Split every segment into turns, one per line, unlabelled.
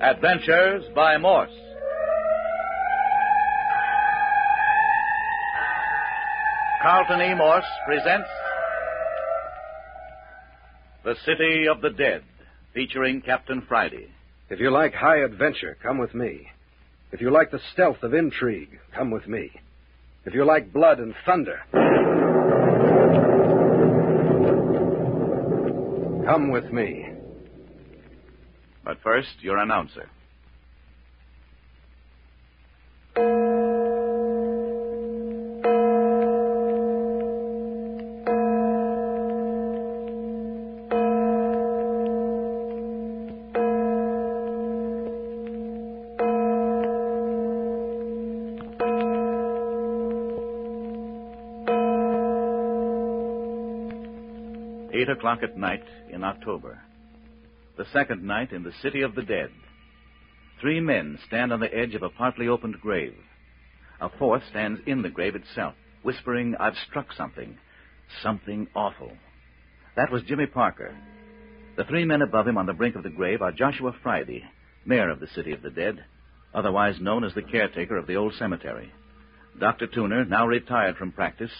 Adventures by Morse. Carlton E. Morse presents The City of the Dead, featuring Captain Friday.
If you like high adventure, come with me. If you like the stealth of intrigue, come with me. If you like blood and thunder, come with me.
But first, your announcer. Eight o'clock at night in October. The second night in the City of the Dead. Three men stand on the edge of a partly opened grave. A fourth stands in the grave itself, whispering, I've struck something. Something awful. That was Jimmy Parker. The three men above him on the brink of the grave are Joshua Friday, mayor of the City of the Dead, otherwise known as the caretaker of the old cemetery. Dr. Tooner, now retired from practice,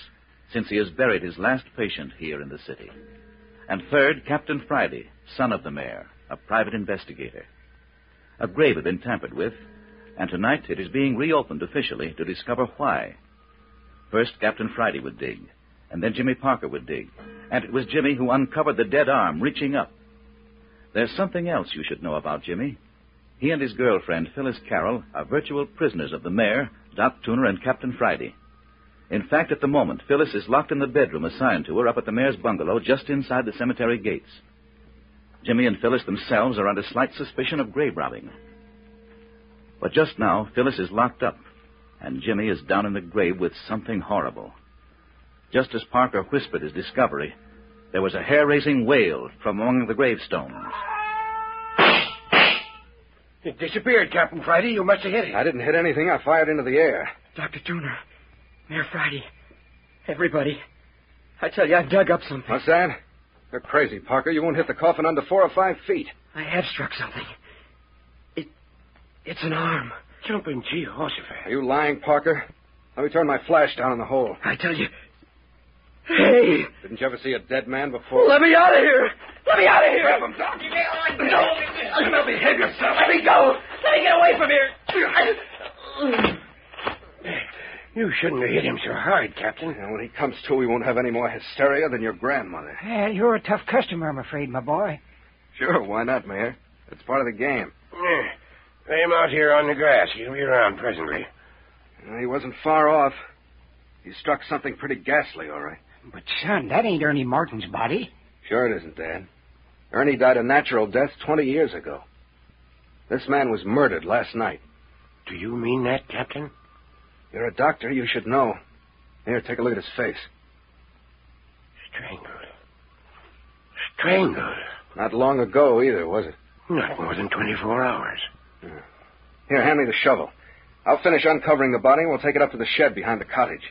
since he has buried his last patient here in the city. And third, Captain Friday, son of the mayor, a private investigator. A grave had been tampered with, and tonight it is being reopened officially to discover why. First, Captain Friday would dig, and then Jimmy Parker would dig. And it was Jimmy who uncovered the dead arm reaching up. There's something else you should know about Jimmy. He and his girlfriend, Phyllis Carroll, are virtual prisoners of the mayor, Doc Tuner, and Captain Friday. In fact, at the moment, Phyllis is locked in the bedroom assigned to her up at the mayor's bungalow just inside the cemetery gates. Jimmy and Phyllis themselves are under slight suspicion of grave robbing. But just now, Phyllis is locked up, and Jimmy is down in the grave with something horrible. Just as Parker whispered his discovery, there was a hair raising wail from among the gravestones.
It disappeared, Captain Friday. You must have hit it.
Uh,
I didn't hit anything. I fired into the air.
Dr. Tuner, Mayor Friday, everybody. I tell you, I've dug up something.
What's that? You're crazy, Parker. You won't hit the coffin under four or five feet.
I have struck something. It, it's an arm.
Jumping Jehoshaphat.
Are you lying, Parker? Let me turn my flash down in the hole.
I tell you. Hey,
Didn't you ever see a dead man before?
let me out of here! Let me out of here!
Grab him, Doc.
No.
Now behave yourself.
Let me go! Let me get away from here!
You shouldn't have hit him so hard, Captain.
Yeah, when he comes to, we won't have any more hysteria than your grandmother.
Yeah, you're a tough customer, I'm afraid, my boy.
Sure, why not, Mayor? It's part of the game.
Yeah. Lay him out here on the grass. He'll be around presently.
Uh, He wasn't far off. He struck something pretty ghastly, all right.
But, son, that ain't Ernie Martin's body.
Sure it isn't, Dad. Ernie died a natural death 20 years ago. This man was murdered last night.
Do you mean that, Captain?
You're a doctor, you should know. Here, take a look at his face.
Strangled. Strangled.
Not long ago either, was it?
Not more than 24 hours.
Here, hand me the shovel. I'll finish uncovering the body and we'll take it up to the shed behind the cottage.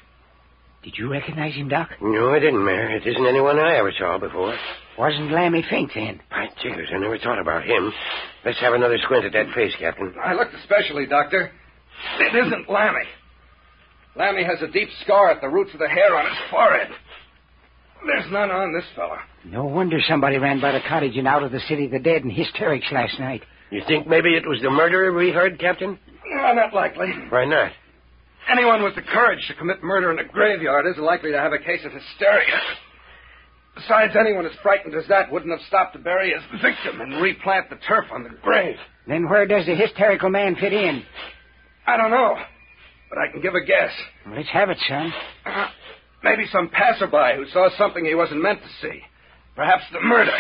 Did you recognize him, Doc?
No, I didn't, Mayor. It isn't anyone I ever saw before.
Wasn't Lammy Fink then?
By jiggers, I never thought about him. Let's have another squint at that face, Captain.
I looked especially, Doctor. It isn't Lammy. Lammy has a deep scar at the roots of the hair on his forehead. There's none on this fella.
No wonder somebody ran by the cottage and out of the city of the dead in hysterics last night.
You think maybe it was the murderer we heard, Captain?
No, not likely.
Why not?
Anyone with the courage to commit murder in a graveyard isn't likely to have a case of hysteria. Besides, anyone as frightened as that wouldn't have stopped to bury his victim and replant the turf on the grave.
Then where does the hysterical man fit in?
I don't know, but I can give a guess.
Well, let's have it, son.
Uh, maybe some passerby who saw something he wasn't meant to see. Perhaps the murder.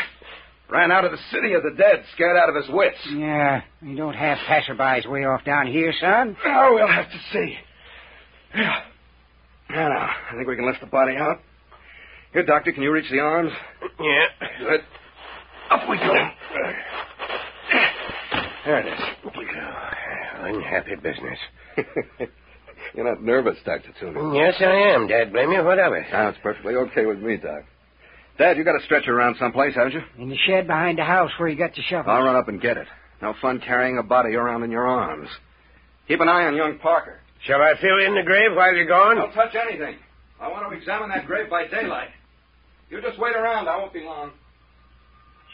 Ran out of the city of the dead, scared out of his wits.
Yeah, we don't have passerbys way off down here, son.
Oh, we'll have to see. Yeah. Now, now, I think we can lift the body out. Here, Doctor, can you reach the arms?
Yeah.
Good. Up we go. There it
Oh, unhappy business.
is. You're not nervous, Dr. Tooner.
Yes, I am, Dad. Blame you. What of it?
That's perfectly okay with me, Doc. Dad, you got a stretcher around someplace, haven't you?
In the shed behind the house where you got the shovel.
I'll run up and get it. No fun carrying a body around in your arms. Keep an eye on young Parker.
Shall I fill in the grave while you're gone?
Don't touch anything. I want to examine that grave by daylight. You just wait around. I won't be long.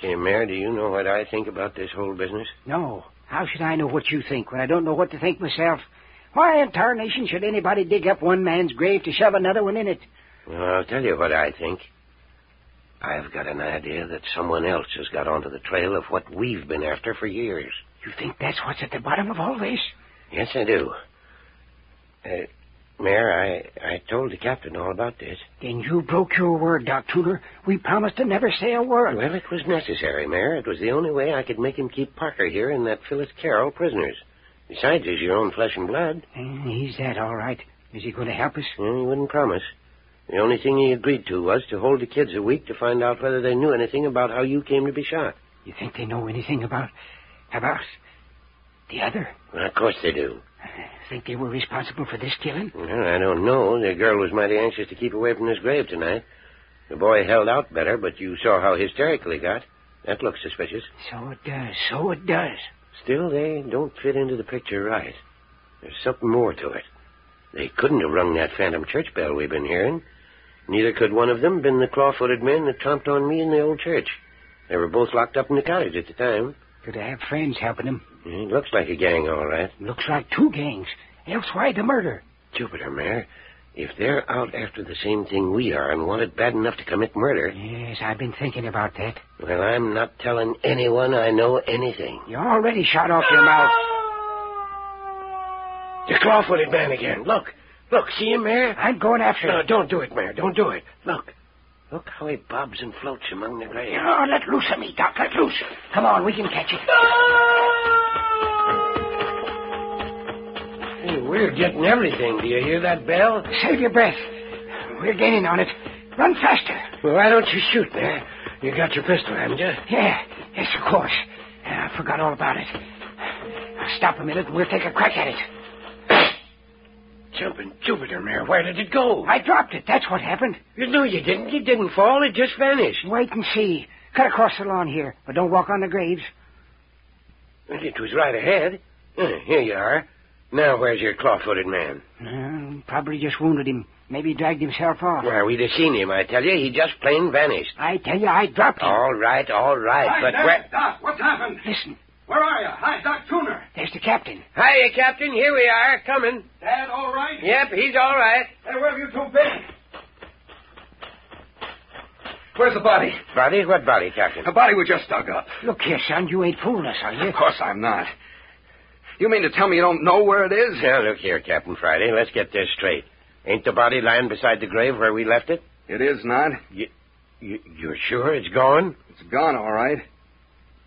Say, Mayor, do you know what I think about this whole business?
No. How should I know what you think when I don't know what to think myself? Why in tarnation should anybody dig up one man's grave to shove another one in it?
Well, I'll tell you what I think. I've got an idea that someone else has got onto the trail of what we've been after for years.
You think that's what's at the bottom of all this?
Yes, I do. Uh, Mayor, I, I told the captain all about this.
Then you broke your word, Doc Tudor. We promised to never say a word.
Well, it was necessary, Mayor. It was the only way I could make him keep Parker here and that Phyllis Carroll prisoners. Besides, he's your own flesh and blood.
Mm, He's that, all right. Is he going to help us?
Well, he Hmm, wouldn't promise. The only thing he agreed to was to hold the kids a week to find out whether they knew anything about how you came to be shot.
You think they know anything about. about. the other?
Well, of course they do.
Think they were responsible for this killing?
Well, I don't know. The girl was mighty anxious to keep away from this grave tonight. The boy held out better, but you saw how hysterical he got. That looks suspicious.
So it does. So it does.
Still, they don't fit into the picture right. There's something more to it. They couldn't have rung that phantom church bell we've been hearing. Neither could one of them been the claw-footed men that tromped on me in the old church. They were both locked up in the cottage at the time.
Could I have friends helping him?
It Mm, looks like a gang, all right.
Looks like two gangs. Else why the murder?
Jupiter, Mayor, if they're out after the same thing we are and want it bad enough to commit murder,
Yes, I've been thinking about that.
well, I'm not telling anyone I know anything.
You already shot off your mouth.
The claw-footed man again. Look, look, see him, Mayor?
I'm going after
No,
him.
don't do it, Mayor. Don't do it. Look. Look how he bobs and floats among the graves.
Oh, let loose of me, Doc. Let loose. Come on, we can catch it.
Hey, we're getting everything. Do you hear that bell?
Save your breath. We're gaining on it. Run faster.
Well, why don't you shoot, Mayor? You got your pistol, haven't you?
Yeah, yes, of course. Yeah, I forgot all about it. Stop a minute. We'll take a crack at it.
Jumping Jupiter, Mayor. Where did it go?
I dropped it. That's what happened.
You know you didn't. It didn't fall. It just vanished.
Wait and see. Cut across the lawn here, but don't walk on the graves.
Well, It was right ahead. Uh, here you are. Now, where's your claw-footed man?
Uh, probably just wounded him. Maybe he dragged himself off.
Why, we'd have seen him, I tell you. He just plain vanished.
I tell you, I dropped him.
All right, all right,
Hi,
but
Doc.
where...
Doc, what's happened?
Listen,
Where are you? Hi, Doc Tuner.
there's the captain.
Hiya, Captain. Here we are. Coming.
Dad, all right?
Yep, he's all right.
Hey, where have you two been? Where's the body?
Body? What body, Captain?
The body we just dug up.
Look here, son. You ain't fooling us, are you?
Of course I'm not. You mean to tell me you don't know where it is?
Now, "Oh, look here, Captain Friday. Let's get this straight. Ain't the body lying beside the grave where we left it?
It is not.
You, you're sure it's gone?
It's gone, all right.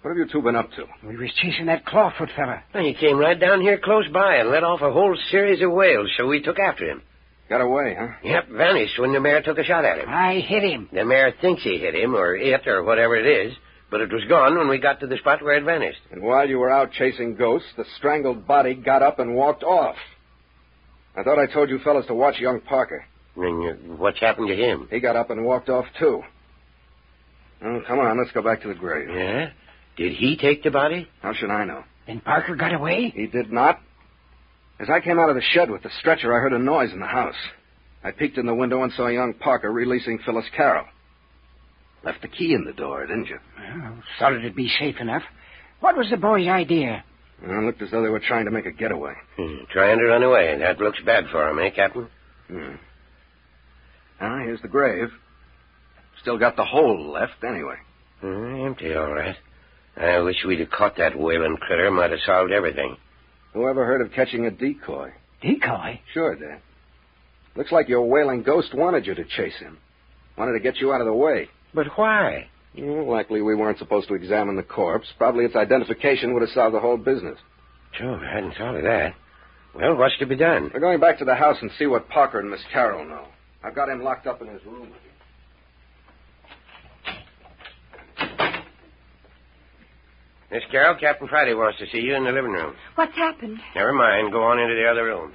What have you two been up to?
We was chasing that clawfoot fella.
Well, he came right down here close by and let off a whole series of wails, so we took after him.
Got away, huh?
Yep, vanished when the mayor took a shot at him.
I hit him.
The mayor thinks he hit him, or it, or whatever it is, but it was gone when we got to the spot where it vanished.
And while you were out chasing ghosts, the strangled body got up and walked off. I thought I told you fellas to watch young Parker.
And uh, what's happened to him?
He got up and walked off, too. Oh, come on, let's go back to the grave.
Yeah? Did he take the body?
How should I know?
Then Parker got away?
He did not. As I came out of the shed with the stretcher, I heard a noise in the house. I peeked in the window and saw young Parker releasing Phyllis Carroll. Left the key in the door, didn't you?
Well, thought it'd be safe enough. What was the boy's idea?
Well, it looked as though they were trying to make a getaway.
Hmm, trying to run away. That looks bad for him, eh, Captain?
Hmm. Ah, here's the grave. Still got the hole left, anyway.
Hmm, empty, all right. I wish we'd have caught that whaling critter. Might have solved everything.
Whoever heard of catching a decoy?
Decoy?
Sure, Dad. Looks like your wailing ghost wanted you to chase him. Wanted to get you out of the way.
But why?
Well, likely we weren't supposed to examine the corpse. Probably its identification would have solved the whole business.
Sure, I hadn't thought of that. Well, what's to be done?
We're going back to the house and see what Parker and Miss Carroll know. I've got him locked up in his room.
Miss Carroll, Captain Friday wants to see you in the living room.
What's happened?
Never mind. Go on into the other room.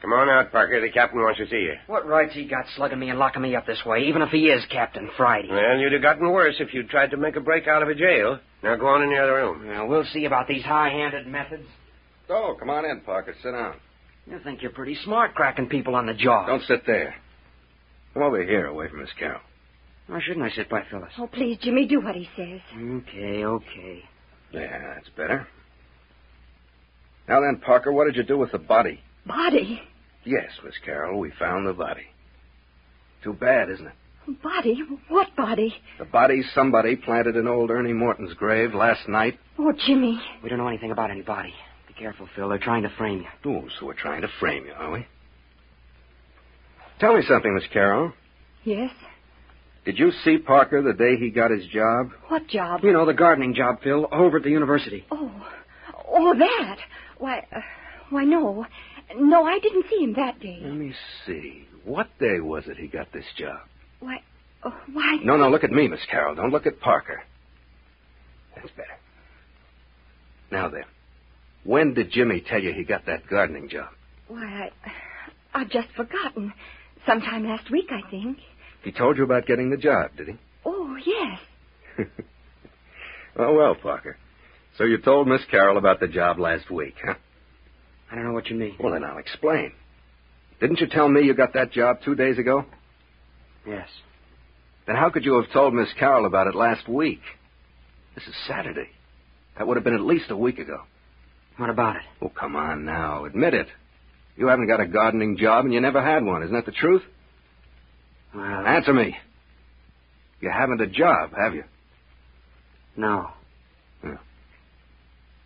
Come Come on out, Parker. The captain wants to see you.
What right's he got slugging me and locking me up this way, even if he is Captain Friday?
Well, you'd have gotten worse if you'd tried to make a break out of a jail. Now go on in the other room.
Well, we'll see about these high-handed methods.
Oh, come on in, Parker. Sit down.
You think you're pretty smart cracking people on the jaw.
Don't sit there. Come over here, away from Miss Carroll.
Why shouldn't I sit by Phyllis?
Oh, please, Jimmy, do what he says.
Okay, okay.
Yeah, that's better. Now then, Parker, what did you do with the body?
Body?
Yes, Miss Carroll, we found the body. Too bad, isn't it?
Body? What body?
The body somebody planted in old Ernie Morton's grave last night.
Oh, Jimmy.
We don't know anything about anybody. Be careful, Phil. They're trying to frame you.
Oh, so we're trying to frame you, are we? Tell me something, Miss Carroll.
Yes?
Did you see Parker the day he got his job?
What job?
You know, the gardening job, Phil, over at the university.
Oh. Oh, that. Why, uh, why, no. No, I didn't see him that day.
Let me see. What day was it he got this job?
Why, oh, why?
No, no, look at me, Miss Carroll. Don't look at Parker. That's better. Now then, when did Jimmy tell you he got that gardening job?
Why, I, I've just forgotten. Sometime last week, I think.
He told you about getting the job, did he?
Oh, yes.
Oh, well, Parker. So you told Miss Carroll about the job last week, huh?
I don't know what you mean.
Well, then I'll explain. Didn't you tell me you got that job two days ago?
Yes.
Then how could you have told Miss Carroll about it last week? This is Saturday. That would have been at least a week ago.
What about it?
Oh, come on now. Admit it. You haven't got a gardening job and you never had one. Isn't that the truth?
Well,
Answer me. You haven't a job, have you?
no.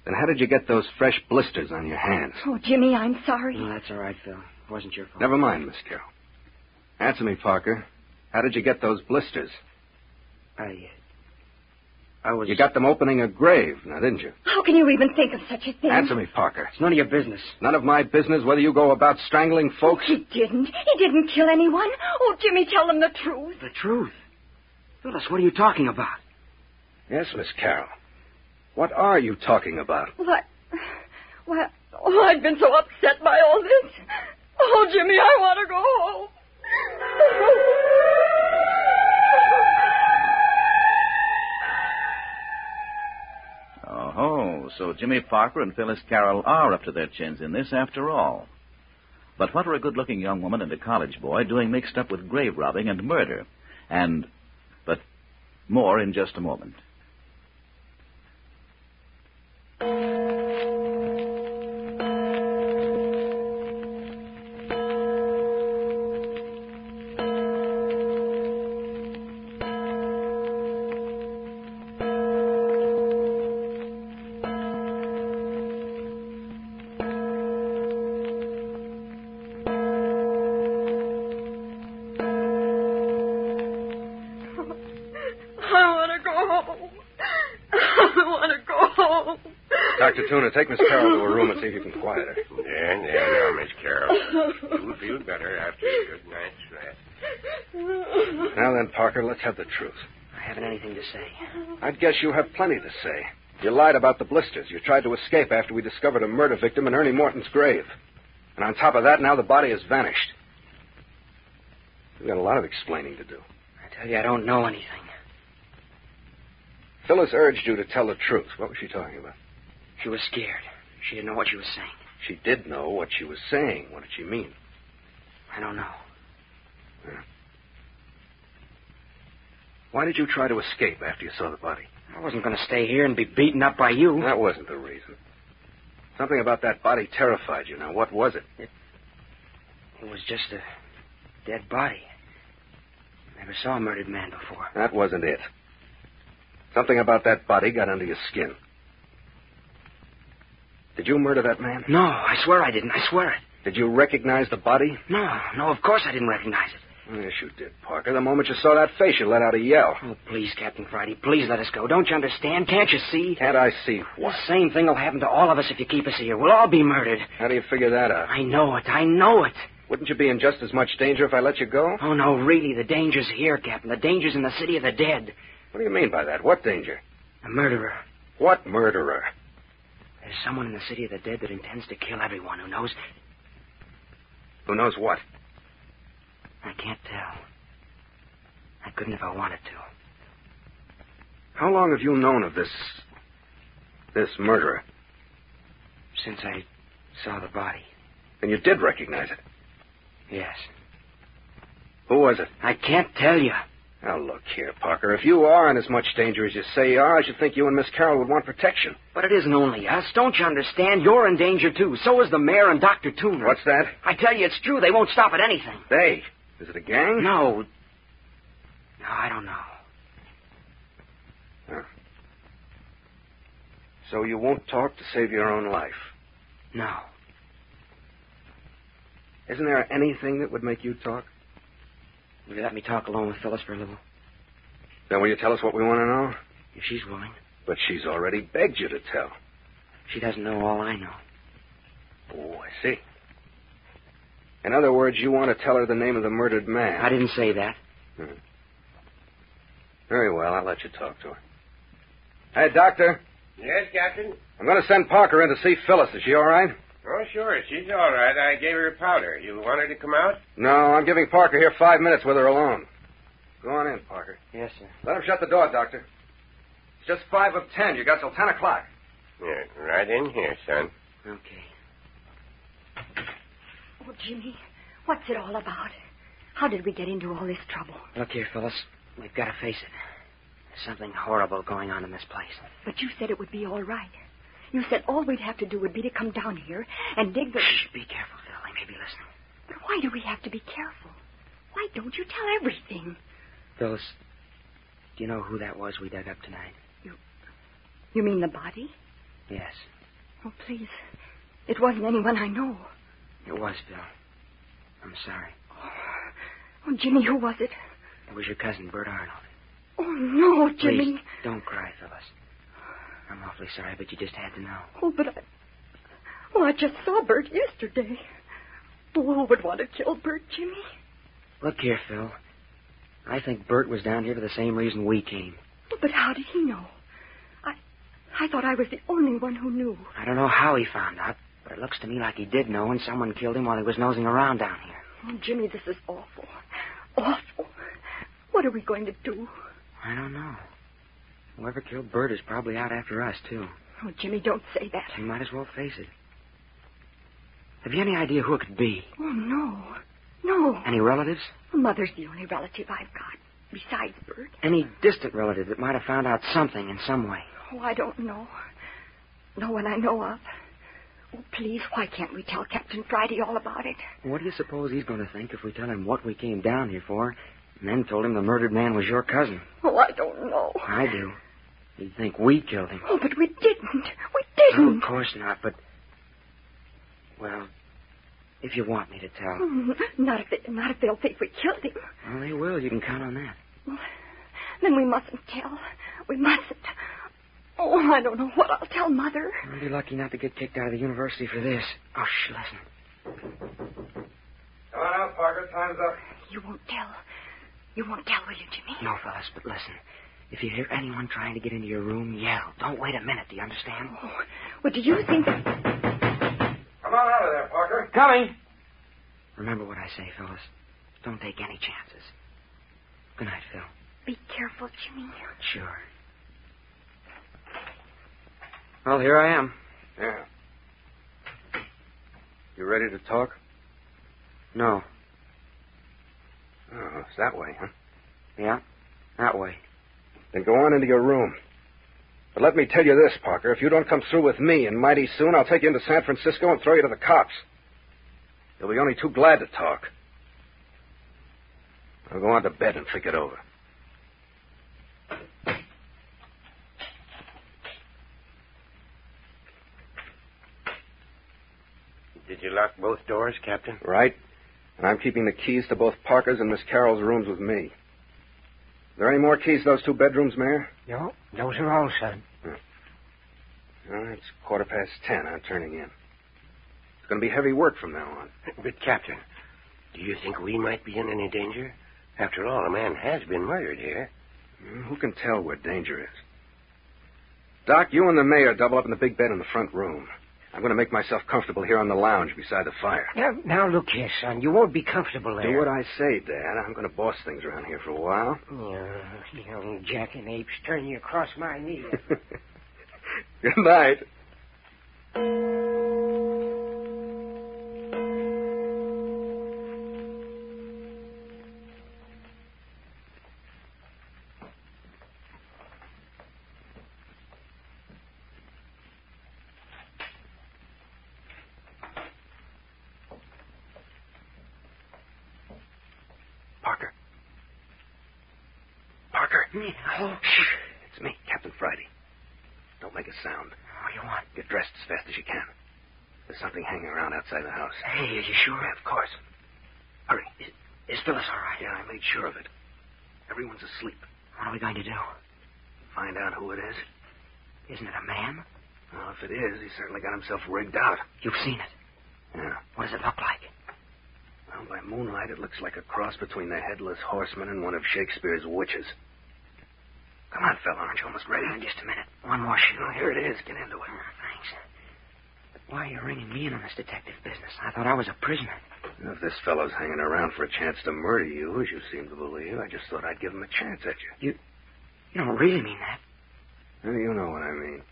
Then how did you get those fresh blisters on your hands?
Oh, Jimmy, I'm sorry.
No, that's all right, Phil. It wasn't your fault.
Never mind, Miss Carroll. Answer me, Parker. How did you get those blisters?
I. I was.
You got them opening a grave, now, didn't you?
How can you even think of such a thing?
Answer me, Parker.
It's none of your business.
None of my business whether you go about strangling folks.
He didn't. He didn't kill anyone. Oh, Jimmy, tell them the truth.
The truth. Phyllis, what are you talking about?
Yes, Miss Carroll. What are you talking about?
What? Why? Oh, I've been so upset by all this. Oh, Jimmy, I want to go home.
Oh, ho, so Jimmy Parker and Phyllis Carroll are up to their chins in this after all. But what were a good looking young woman and a college boy doing mixed up with grave robbing and murder? And. But more in just a moment.
I want to go home. I want to go home.
Dr. Tuna, take Miss Carroll to her room and see if you can quiet her.
There, there, now, Miss
Oh,
Carroll. You'll feel better after a good night's rest.
Now then, Parker, let's have the truth.
I haven't anything to say.
I guess you have plenty to say. You lied about the blisters. You tried to escape after we discovered a murder victim in Ernie Morton's grave. And on top of that, now the body has vanished. We've got a lot of explaining to do.
I tell you, I don't know anything.
Phyllis urged you to tell the truth. What was she talking about?
She was scared. She didn't know what she was saying.
She did know what she was saying. What did she mean?
I don't know.
Why did you try to escape after you saw the body?
I wasn't going to stay here and be beaten up by you.
That wasn't the reason. Something about that body terrified you. Now, what was it?
It was just a dead body. Never saw a murdered man before.
That wasn't it. Something about that body got under your skin. Did you murder that man?
No, I swear I didn't. I swear it.
Did you recognize the body?
No, no, of course I didn't recognize it.
Yes, you did, Parker. The moment you saw that face, you let out a yell.
Oh, please, Captain Friday, please let us go. Don't you understand? Can't you see?
Can't I see
The
what?
same thing will happen to all of us if you keep us here. We'll all be murdered.
How do you figure that out?
I know it. I know it.
Wouldn't you be in just as much danger if I let you go?
Oh, no, really, the danger's here, Captain. The danger's in the city of the dead.
What do you mean by that? What danger?
A murderer.
What murderer?
There's someone in the city of the dead that intends to kill everyone who knows.
Who knows what?
I can't tell. I couldn't if I wanted to.
How long have you known of this. this murderer?
Since I saw the body.
And you did recognize it.
Yes.
Who was it?
I can't tell you.
Now, look here, Parker. If you are in as much danger as you say you are, I should think you and Miss Carroll would want protection.
But it isn't only us. Don't you understand? You're in danger, too. So is the mayor and Dr. Tooner.
What's that?
I tell you, it's true. They won't stop at anything.
They. Is it a gang?
No. No, I don't know.
So you won't talk to save your own life.
No.
Isn't there anything that would make you talk?
Will you let me talk alone with Phyllis for a little?
Then will you tell us what we want to know?
If she's willing.
But she's already begged you to tell.
She doesn't know all I know.
Oh, I see. In other words, you want to tell her the name of the murdered man.
I didn't say that.
Very well, I'll let you talk to her. Hey, Doctor,
Yes, Captain?
I'm going to send Parker in to see Phyllis. Is she all right?
Oh, sure. She's all right. I gave her a powder. You want her to come out?
No, I'm giving Parker here five minutes with her alone. Go on in, Parker.
Yes, sir.
Let him shut the door, Doctor. It's just five of ten. You got till ten o'clock.
Yeah, right in here, son.
Okay.
Oh, Jimmy, what's it all about? How did we get into all this trouble?
Look here, Phyllis. We've got to face it. There's something horrible going on in this place.
But you said it would be all right. You said all we'd have to do would be to come down here and dig the.
Shh, be careful, Phil. They may be listening.
But why do we have to be careful? Why don't you tell everything?
Phyllis, do you know who that was we dug up tonight?
You mean the body?
Yes,
Oh, please. It wasn't anyone I know.
it was, Phil. I'm sorry.
Oh, Jimmy, who was it?
It was your cousin, Bert Arnold.
Oh, no,
Please,
Jimmy.
don't cry, Phyllis. I'm awfully sorry, but you just had to know.
Oh, but I. Oh, I just saw Bert yesterday. Oh, who would want to kill Bert, Jimmy?
Look here, Phil. I think Bert was down here for the same reason we came.
Oh, But how did he know? I. I thought I was the only one who knew.
I don't know how he found out, but it looks to me like he did know, and someone killed him while he was nosing around down here.
Oh, Jimmy, this is awful. Awful. What are we going to do?
I don't know. Whoever killed Bert is probably out after us, too.
Oh, Jimmy, don't say that.
We might as well face it. Have you any idea who it could be?
Oh, no. No.
Any relatives?
Mother's the only relative I've got, besides Bert.
Any distant relative that might have found out something in some way?
Oh, I don't know. No one I know of. Oh, please, why can't we tell Captain Friday all about it?
What do you suppose he's going to think if we tell him what we came down here for, and then told him the murdered man was your cousin?
Oh, I don't know.
I do. He'd think we killed him.
Oh, but we didn't. We
No,
didn't.
of course not, but. Well, if you want me to tell.
Mm, Not if they, not if they'll think we killed him.
Well, they will. You can count on that.
Well, Then we mustn't tell. We mustn't. Oh, I don't know what I'll tell Mother.
I'll be lucky not to get kicked out of the university for this. Oh, shh, listen.
Come on out, Parker. Time's up.
You won't tell. You won't tell, will you, Jimmy?
No, Phyllis, but listen. If you hear anyone trying to get into your room, yell. Don't wait a minute, do you understand?
Oh, well, do you think that...
Come on out of there, Parker.
Coming. Remember what I say, Phyllis. Don't take any chances. Good night, Phil.
Be careful, Jimmy.
Sure. Well, here I am.
Yeah. You ready to talk?
No.
Oh, it's that way, huh?
Yeah? That way.
Then go on into your room. But let me tell you this, Parker. If you don't come through with me, and mighty soon, I'll take you into San Francisco and throw you to the cops. You'll be only too glad to talk. Now go on to bed and think it over.
Did you lock both doors, Captain?
Right? And I'm keeping the keys to both Parker's and Miss Carroll's rooms with me. There any more keys to those two bedrooms, Mayor?
No, those are all, son.
Well, Uh, it's quarter past ten. I'm turning in. It's going to be heavy work from now on.
But, Captain, do you think we might be in any danger? After all, a man has been murdered here.
Well, Mm, Who can tell where danger is? Doc, you and the mayor double up in the big bed in the front room. I'm going to make myself comfortable here on the lounge beside the fire.
Now, now look here, son. You won't be comfortable there.
Do what I say, Dad. I'm going to boss things around here for a while.
Yeah, young jackanapes turn you across my knee.
Good night. Parker. Parker.
Oh,
It's me, Captain Friday. Don't make a sound.
what do you want?
Get dressed as fast as you can. There's something hanging around outside the house.
Hey, are you sure?
Yeah, of course. Hurry.
Is Phyllis all right?
Yeah, I made sure of it. Everyone's asleep.
What are we going to do?
Find out who it is.
Isn't it a man?
Well, if it is, he certainly got himself rigged out.
You've seen it.
Yeah.
What does it look like?
Well, by moonlight, it looks like a cross between the headless horseman and one of Shakespeare's witches. Come on, fella, aren't you almost ready?
Hang on just a minute. One more shoe.
Oh, here it is. Get into it.
Thanks. Why are you ringing me in on this detective business? I thought I was a prisoner.
If this fellow's hanging around for a chance to murder you, as you seem to believe, I just thought I'd give him a chance at you.
You don't really mean that.
Now, you know what I mean.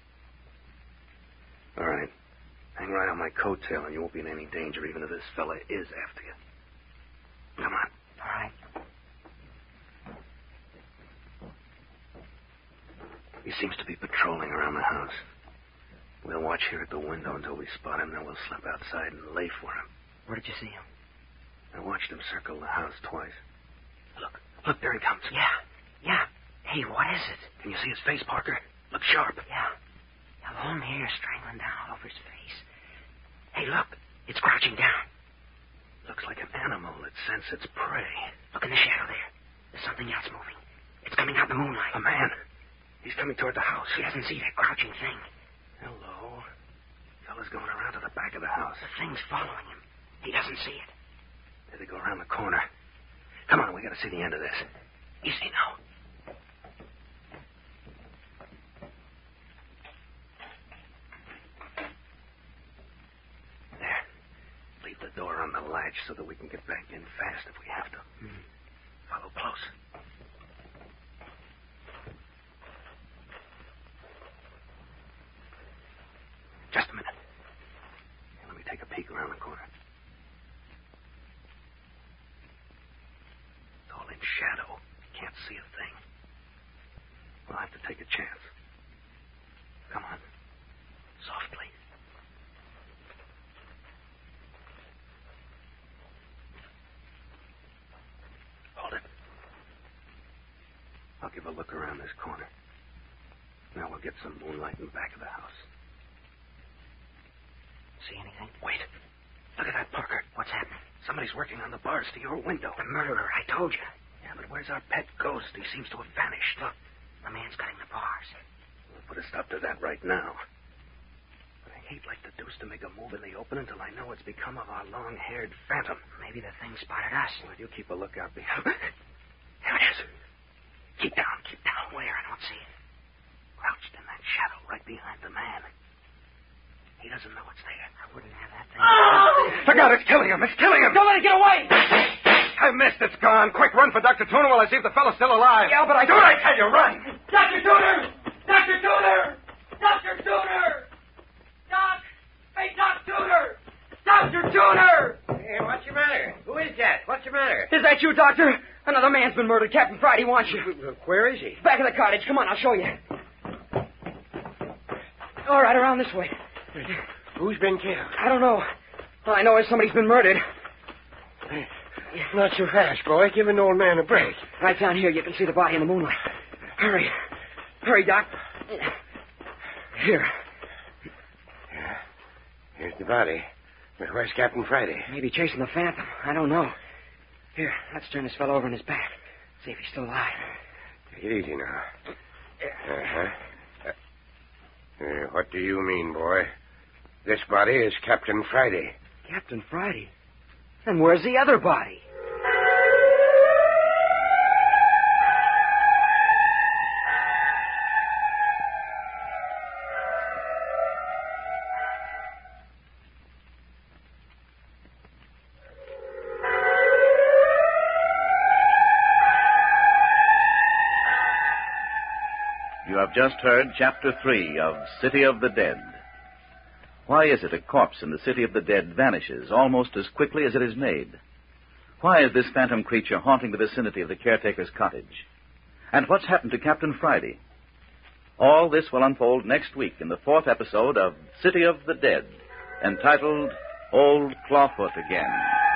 All right. Hang right on my coattail, and you won't be in any danger, even if this fella is after you. Come on.
All right.
He seems to be patrolling around the house. We'll watch here at the window until we spot him, then we'll slip outside and lay for him.
Where did you see him?
I watched him circle the house twice. Look, look, there he comes.
Yeah. Yeah. Hey, what is it?
Can you see his face, Parker? Look sharp.
Yeah. The long hair strangling down all over his face. Hey, look. It's crouching down.
Looks like an animal that scents its prey.
Look in the shadow there. There's something else moving. It's coming out in the moonlight.
A man. He's coming toward the house.
She doesn't see that crouching thing.
Hello. Fella's going around to the back of the house.
The thing's following him. He doesn't see it.
There they go around the corner. Come on, we gotta see the end of this.
You see now.
There. Leave the door on the latch so that we can get back in fast if we have to. Follow close. Just a minute. Here, Let me take a peek around the corner. It's all in shadow. Can't see a thing. We'll have to take a chance. Come on. Softly. Hold it. I'll give a look around this corner. Now we'll get some moonlight in the back of the house.
See anything?
Wait. Look at that, Parker.
What's happening?
Somebody's working on the bars to your window.
The murderer, I told you.
Yeah, but where's our pet ghost? He seems to have vanished. Look.
The man's cutting the bars.
We'll put a stop to that right now. But I hate like the deuce to make a move in the open until I know what's become of our long-haired phantom.
Maybe the thing spotted us.
Well, you keep a lookout behind. Here it is. Keep down, keep down.
Where? I don't see it.
Crouched in that shadow right behind the man. He doesn't know it's there. Oh!
I wouldn't have that thing.
Look out, it's killing him. It's killing him. Somebody get away. I missed. It's gone. Quick, run for Dr. Tooner while I see if the fellow's still alive. Yeah, but I... Do what I tell you. Run.
Dr. Dooner! Dr. Dooner! Dr. Dooner! Doc! Hey, Doc Dooner! Dr. Dooner!
Hey, what's your matter? Who is that? What's your matter?
Is that you, Doctor? Another man's been murdered. Captain Friday wants you.
Where is he?
Back of the cottage. Come on, I'll show you. All right, around this way.
Who's been killed?
I don't know. All I know is somebody's been murdered.
Not so fast, boy. Give an old man a break.
Right down here, you can see the body in the moonlight. Hurry. Hurry, Doc. Here.
Here's the body. Now, Where's Captain Friday?
Maybe chasing the phantom. I don't know. Here, let's turn this fellow over on his back. See if he's still alive.
Take it easy now. Uh-huh. Uh, uh, what do you mean, boy? This body is Captain Friday.
Captain Friday. And where's the other body?
You have just heard Chapter 3 of City of the Dead. Why is it a corpse in the City of the Dead vanishes almost as quickly as it is made? Why is this phantom creature haunting the vicinity of the caretaker's cottage? And what's happened to Captain Friday? All this will unfold next week in the fourth episode of City of the Dead, entitled Old Clawfoot Again.